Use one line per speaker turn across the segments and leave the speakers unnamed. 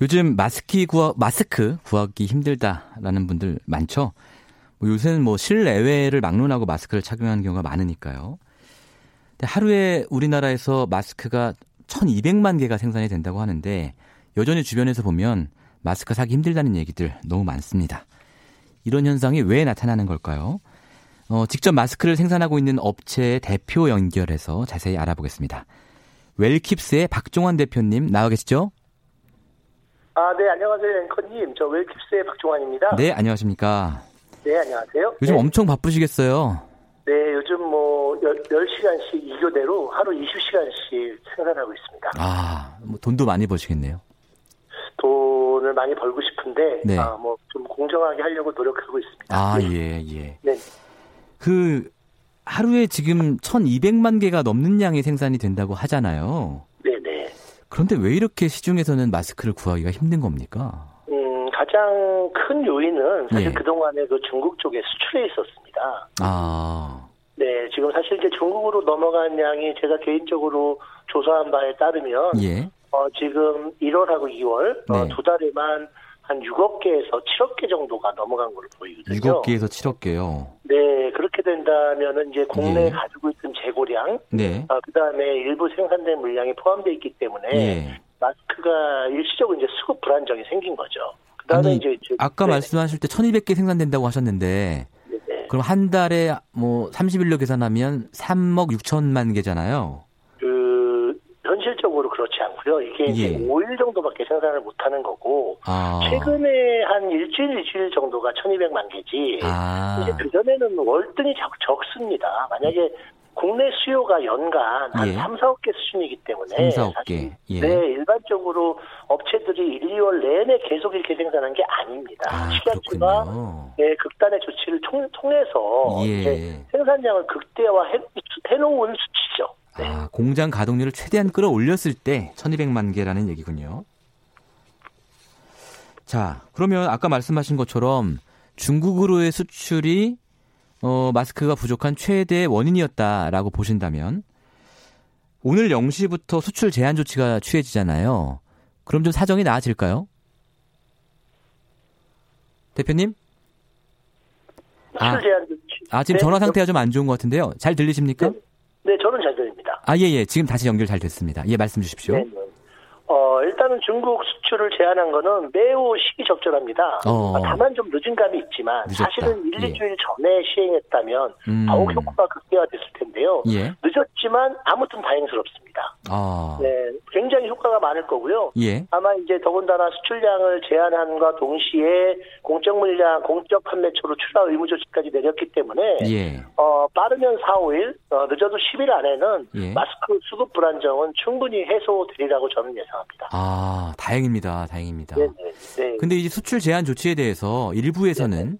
요즘 마스크 구하, 마스크 구하기 힘들다라는 분들 많죠. 뭐 요새는 뭐 실내외를 막론하고 마스크를 착용하는 경우가 많으니까요. 근데 하루에 우리나라에서 마스크가 1,200만 개가 생산이 된다고 하는데 여전히 주변에서 보면 마스크 사기 힘들다는 얘기들 너무 많습니다. 이런 현상이 왜 나타나는 걸까요? 어, 직접 마스크를 생산하고 있는 업체의 대표 연결해서 자세히 알아보겠습니다. 웰킵스의 박종환 대표님 나와 계시죠?
아, 네, 안녕하세요, 앵커님. 저 웰킵스의 박종환입니다.
네, 안녕하십니까.
네, 안녕하세요.
요즘
네.
엄청 바쁘시겠어요.
네, 요즘 뭐, 열, 10시간씩 2교대로 하루 20시간씩 생산하고 있습니다.
아, 뭐 돈도 많이 버시겠네요.
돈을 많이 벌고 싶은데,
네.
아, 뭐, 좀 공정하게 하려고 노력하고 있습니다.
아,
네.
예, 예.
네.
그 하루에 지금 1,200만 개가 넘는 양이 생산이 된다고 하잖아요.
네, 네.
그런데 왜 이렇게 시중에서는 마스크를 구하기가 힘든 겁니까?
음, 가장 큰 요인은 사실
예.
그동안에 그 중국 쪽에 수출해 있었습니다.
아,
네, 지금 사실 이제 중국으로 넘어간 양이 제가 개인적으로 조사한 바에 따르면
예.
어, 지금 1월하고 2월 어,
네.
두 달에만 한 6억 개에서 7억 개 정도가 넘어간 걸로 보이거든요.
7 개에서 7억 개요.
네, 그렇게 된다면은 이제 국내에
예.
가지고 있던 재고량,
네.
어, 그다음에 일부 생산된 물량이 포함되어 있기 때문에
예.
마스크가 일시적으로 이제 수급 불안정이 생긴 거죠. 그다음에
아니,
이제 저-
아까
네,
말씀하실 때 1,200개 생산된다고 하셨는데
네, 네.
그럼 한 달에 뭐 30일로 계산하면 3억 6천만 개잖아요.
그 현실적으로 그렇지 않고요. 이게 이제
예.
5일 정도밖에 생산을 못 하는 거고
아.
최근에 한 일주일, 일주일 정도가 1200만 개지.
아.
이제 그전에는 월등히 적, 적습니다. 만약에 국내 수요가 연간 한
예.
3, 4억 개 수준이기 때문에.
3, 4억
사실
개. 예.
네, 일반적으로 업체들이 1, 2월 내내 계속 이렇게 생산한 게 아닙니다.
아,
시간표가
그렇군요.
네, 극단의 조치를 통, 통해서 이제
예.
생산량을 극대화해 해놓은 수치죠. 네.
아, 공장 가동률을 최대한 끌어올렸을 때 1200만 개라는 얘기군요. 자, 그러면 아까 말씀하신 것처럼 중국으로의 수출이 어, 마스크가 부족한 최대의 원인이었다라고 보신다면 오늘 0시부터 수출 제한 조치가 취해지잖아요. 그럼 좀 사정이 나아질까요? 대표님? 아.
수출 제한 조치.
아, 지금
네,
전화 상태가 좀 안 좋은 것 같은데요. 잘 들리십니까?
네, 저는 잘 들립니다.
아, 예, 예. 지금 다시 연결 잘 됐습니다. 예, 말씀 주십시오.
네, 네. 어, 일단은 중국 수출을 제한한 거는 매우 시기적절합니다.
어.
아, 다만 좀 늦은 감이 있지만
늦었다.
사실은 1,
예.
2주일 전에 시행했다면
음.
더욱 효과가 극대화됐을 텐데요.
예.
늦었지만 아무튼 다행스럽습니다.
아.
네, 굉장히 효과가 많을 거고요.
예.
아마 이제 더군다나 수출량을 제한함과 동시에 공적 물량, 공적 판매처로 출하 의무 조치까지 내렸기 때문에
예.
어, 빠르면 4, 5일, 어, 늦어도 10일 안에는
예.
마스크 수급 불안정은 충분히 해소되리라고 저는 예상합니다.
아, 다행입니다. 다행입니다.
네, 네, 네.
근데 이제 수출 제한 조치에 대해서 일부에서는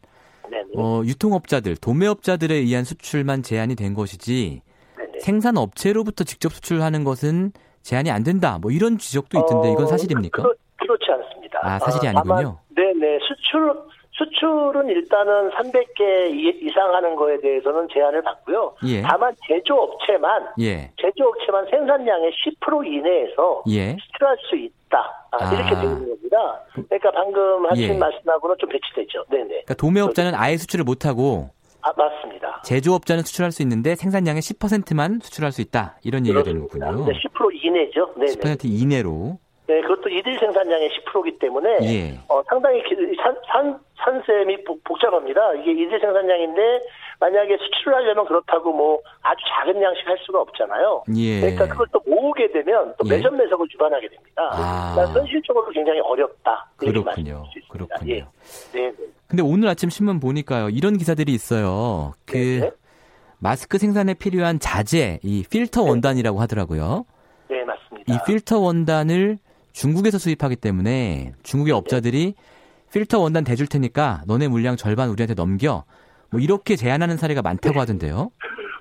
네, 네,
어, 유통업자들, 도매업자들에 의한 수출만 제한이 된 것이지
네, 네.
생산 업체로부터 직접 수출하는 것은 제한이 안 된다. 뭐 이런 지적도 있던데 이건
어,
사실입니까?
그렇, 그렇지 않습니다.
아, 사실이 아니군요.
네, 네. 수출 수출은 일단은 300개 이- 이상 하는 거에 대해서는 제한을 받고요.
예.
다만 제조업체만
예.
제조업체만 생산량의 10% 이내에서
예.
수출할 수 있다. 아, 이렇게
아.
되는 겁니다. 그러니까 방금 하신
예.
말씀하고는 좀 배치되죠. 네네.
그러니까 도매업자는 아예 수출을 못 하고
아, 맞습니다.
제조업자는 수출할 수 있는데 생산량의 10%만 수출할 수 있다. 이런 얘기가 되는 거군요.
네, 10% 이내죠. 네네.
10% 이내로.
네, 그것도 이들 생산량의 10%이기 때문에
예.
어, 상당히 기- 산, 산, 산셈이 복- 복잡합니다. 이게 이들 생산량인데 만약에 수출을 하려면 그렇다고 뭐 아주 작은 양씩 할 수가 없잖아요.
예.
그러니까 그걸 또 모으게 되면 또
예.
매점 매석을 주관하게 됩니다.
아.
그러니까 현실적으로 굉장히 어렵다. 이렇게
그렇군요.
말씀드릴 수 있습니다.
그렇군요.
예. 네, 네.
근데 오늘 아침 신문 보니까요 이런 기사들이 있어요. 그
네.
마스크 생산에 필요한 자재, 이 필터 원단이라고 하더라고요.
네,
이 그- 필터 원단을 중국에서 수입하기 때문에 중국의
네.
업자들이 필터 원단 대줄 테니까 너네 물량 절반 우리한테 넘겨 뭐 이렇게 제안하는 사례가
네.
많다고 하던데요.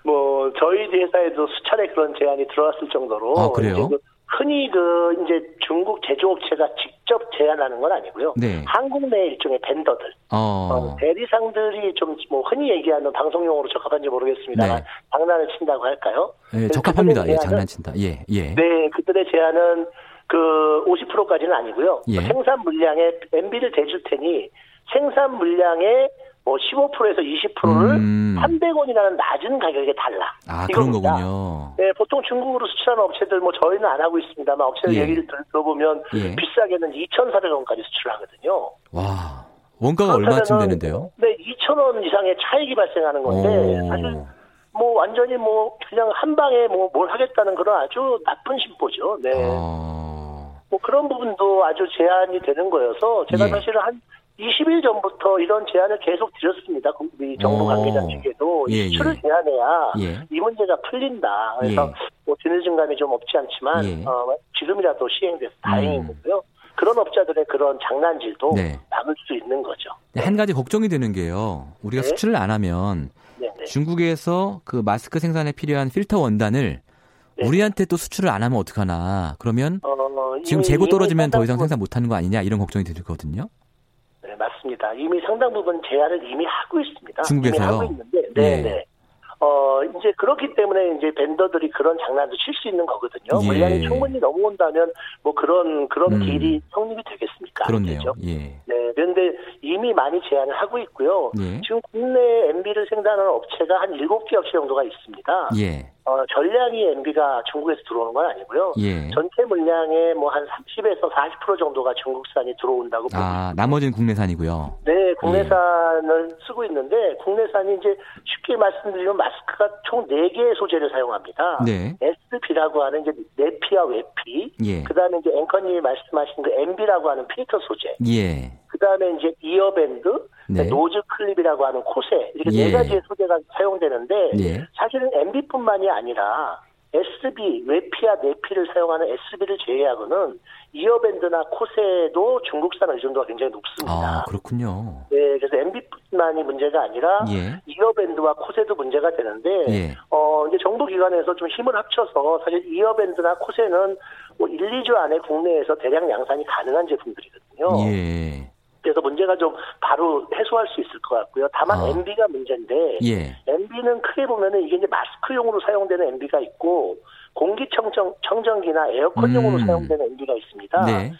뭐 저희 회사에도 수차례 그런 제안이 들어왔을 정도로
아, 그래요?
이제 그 흔히 그 이제 중국 제조업체가 직접 제안하는 건 아니고요.
네.
한국 내 일종의 벤더들, 어,
어.
대리상들이 좀 뭐 흔히 얘기하는 방송용어로 적합한지 모르겠습니다만
네.
장난을 친다고 할까요?
예,
그래서
적합합니다.
네. 그들의
예,
제안은-
장난친다. 예, 예.
네, 그들의 제안은 그 50%까지는 아니고요.
예.
생산 물량에 MB를 대줄 테니 생산 물량의 뭐 15%에서 20%를
음.
300원이라는 낮은 가격에 달라.
아, 그런
이겁니다.
거군요.
네, 보통 중국으로 수출하는 업체들 뭐 저희는 안 하고 있습니다만 업체들
예.
얘기를 들- 들어보면
예.
비싸게는 2,400원까지 수출하거든요.
와. 원가가 얼마쯤 되는데요?
네, 2,000원 이상의 차익이 발생하는 건데 사실
오.
뭐 완전히 뭐 그냥 한 방에 뭐 뭘 하겠다는 그런 아주 나쁜 심보죠. 네.
아. 어.
뭐 그런 부분도 아주 제한이 되는 거여서 제가
예.
사실은 한 20일 전부터 이런 제안을 계속 드렸습니다. 그- 이 정부
오.
관계자 측에도
예,
이 수출을
예.
제한해야
예.
이 문제가 풀린다. 네. 그래서
예.
뭐 뒤늦은 감이 좀 없지 않지만
예.
어, 지금이라도 시행돼서
음.
다행이고요. 그런 업자들의 그런 장난질도
네.
막을 수 있는 거죠.
근데 한 가지 걱정이 되는 게요. 우리가
네.
수출을 안 하면
네, 네.
중국에서 그 마스크 생산에 필요한 필터 원단을
네.
우리한테 또 수출을 안 하면 어떡하나. 그러면
어, 이미-
지금 재고
이미
떨어지면 더 이상
상당 부분-
생산 못 하는 거 아니냐 이런 걱정이 들거든요.
네, 맞습니다. 이미 상당 부분 제한을 이미 하고 있습니다.
중국에서요?
이미 하고 있는데, 네,
예.
네. 어, 이제 그렇기 때문에 이제 벤더들이 그런 장난도 칠 수 있는 거거든요.
예.
물량이 충분히 넘어온다면 뭐 그런, 그런
음.
길이 성립이 되겠습니까? 안
그렇네요.
되죠.
예.
네, 그런데 이미 많이 제한을 하고 있고요.
예.
지금 국내 MB를 생산하는 업체가 한 7개 업체 정도가 있습니다.
예.
어, 전량이 MB가 중국에서 들어오는 건 아니고요.
예.
전체 물량의 뭐 한 30에서 40% 정도가 중국산이 들어온다고 보고
아, 예. 나머지는 국내산이고요.
네, 국내산을 쓰고 있는데 국내산이 이제 쉽게 말씀드리면 마스크가 총 4개의 소재를 사용합니다.
네.
SP라고 하는 이제 내피와 외피,
예.
그다음에 이제 앵커님이 말씀하신 그 MB라고 하는 필터 소재,
예.
그다음에 이제 이어밴드,
네.
노즈 클립이라고 하는 코세 이렇게
예.
네 가지의 소재가 사용되는데
예.
사실은 MB뿐만이 아니라 SB, 외피와 내피를 사용하는 SB를 제외하고는 이어밴드나 코세도 중국산 의존도가 굉장히 높습니다.
아, 그렇군요.
네, 그래서 MB뿐만이 문제가 아니라
예.
이어밴드와 코세도 문제가 되는데
예.
어 이제 정부 기관에서 좀 힘을 합쳐서 사실 이어밴드나 코세는 뭐 1, 2주 안에 국내에서 대량 양산이 가능한 제품들이거든요.
예.
그래서 문제가 좀 바로 해소할 수 있을 것 같고요. 다만
아.
MB가 문제인데
예.
MB는 크게 보면은 이게 이제 마스크용으로 사용되는 MB가 있고 공기청정 청정기나 에어컨용으로
음.
사용되는 MB가 있습니다.
네.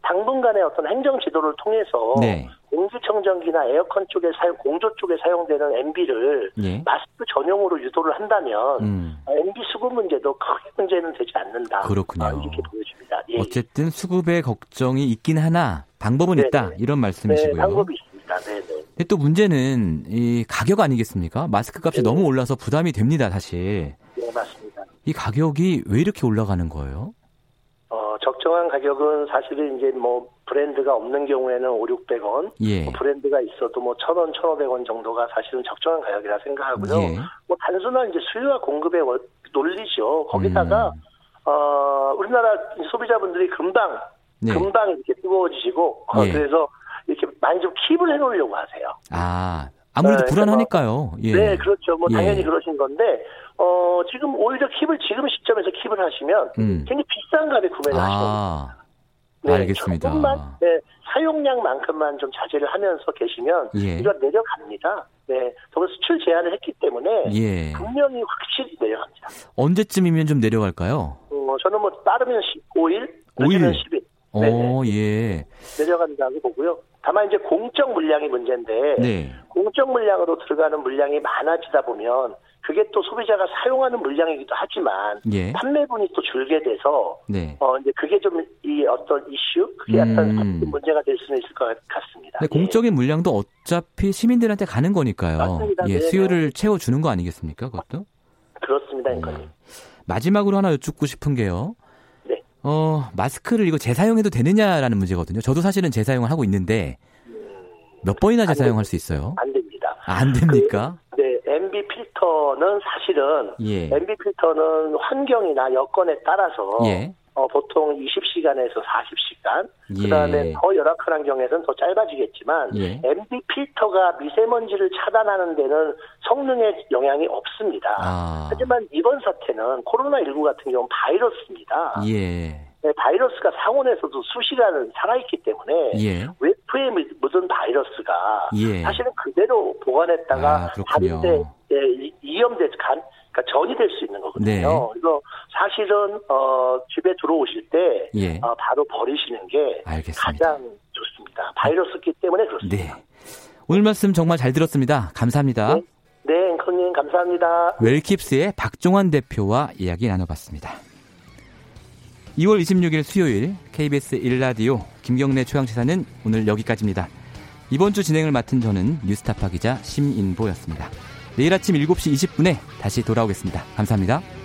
당분간의 어떤 행정 지도를 통해서
네.
공기청정기나 에어컨 쪽에 사용, 공조 쪽에 사용되는 MB를
예.
마스크 전용으로 유도를 한다면
음.
MB 수급 문제도 크게 문제는 되지 않는다.
그렇군요.
아, 이렇게 보여집니다. 예.
어쨌든 수급의 걱정이 있긴 하나 방법은
네,
있다
네.
이런
네,
말씀이시고요.
방법이 있습니다. 네, 네.
근데 또 문제는 이 가격 아니겠습니까? 마스크 값이
네.
너무 올라서 부담이 됩니다, 사실.
네, 맞습니다.
이 가격이 왜 이렇게 올라가는 거예요?
어, 적정한 가격은 사실은 이제 뭐 브랜드가 없는 경우에는 5, 600원,
예.
브랜드가 있어도 뭐 1,000원, 1,500원 정도가 사실은 적정한 가격이라 생각하고요.
예.
뭐 단순한 이제 수요와 공급의 원- 논리죠. 거기다가
음.
어, 우리나라 소비자분들이 금방
네.
금방 이렇게 뜨거워지시고 어,
예.
그래서 이렇게 많이 좀 킵을 해놓으려고 하세요.
아, 아무래도
네,
불안하니까요. 예.
네, 그렇죠. 뭐
예.
당연히 그러신 건데 어, 지금 오히려 킵을 지금 시점에서 킵을 하시면
음.
굉장히 비싼 값에 구매를 하시는 거예요. 네,
아, 알겠습니다.
조금만 네, 사용량만큼만 좀 자제를 하면서 계시면
예.
이거 내려갑니다. 네, 저거 수출 제한을 했기 때문에
예.
분명히 확실히 내려갑니다.
언제쯤이면 좀 내려갈까요?
어, 저는 뭐 빠르면 15일,
오일.
늦으면 10일 네네.
오, 예.
내려간다고 보고요. 다만 이제 공적 물량이 문제인데
네.
공적 물량으로 들어가는 물량이 많아지다 보면 그게 또 소비자가 사용하는 물량이기도 하지만
예.
판매분이 또 줄게 돼서
네.
어 이제 그게 좀 이 어떤 이슈 그게 약간
음.
문제가 될 수는 있을 것 같습니다.
근데
예.
공적인 물량도 어차피 시민들한테 가는 거니까요.
맞습니다.
예,
네,
수요를 채워주는 거 아니겠습니까? 그것도?
예, 네,
어.
그렇습니다, 앵커님.
음. 마지막으로 하나 여쭙고 싶은 게요.
네.
어, 마스크를 이거 재사용해도 되느냐라는 문제거든요. 저도 사실은 재사용을 하고 있는데 몇 번이나 재사용할 수 있어요?
안 됩니다.
아, 안 됩니까?
네, MB 필터는 사실은
예.
MB 필터는 환경이나 여건에 따라서
예.
어, 보통 20시간에서 40시간,
예.
그다음에 더 열악한 환경에서는 더 짧아지겠지만
예.
MD 필터가 미세먼지를 차단하는 데는 성능에 영향이 없습니다.
아.
하지만 이번 사태는 코로나19 같은 경우는 바이러스입니다.
예.
네, 바이러스가 상온에서도 수시간 살아있기 때문에
예.
외부에 묻은 바이러스가
예.
사실은 그대로 보관했다가
아, 그렇군요.
다른데 이염돼 간 그러니까 전이 될 수 있는 거거든요.
네.
그래서 사실은 어, 집에 들어오실 때
예.
어, 바로 버리시는 게
알겠습니다.
가장 좋습니다. 바이러스기 때문에
네.
그렇습니다.
오늘 말씀 정말 잘 들었습니다. 감사합니다.
네. 네, 앵커님 감사합니다.
웰킵스의 박종환 대표와 이야기 나눠봤습니다. 2월 26일 수요일 KBS 1라디오 김경래 최강시사는 오늘 여기까지입니다. 이번 주 진행을 맡은 저는 뉴스타파 기자 심인보였습니다. 내일 아침 7시 20분에 다시 돌아오겠습니다. 감사합니다.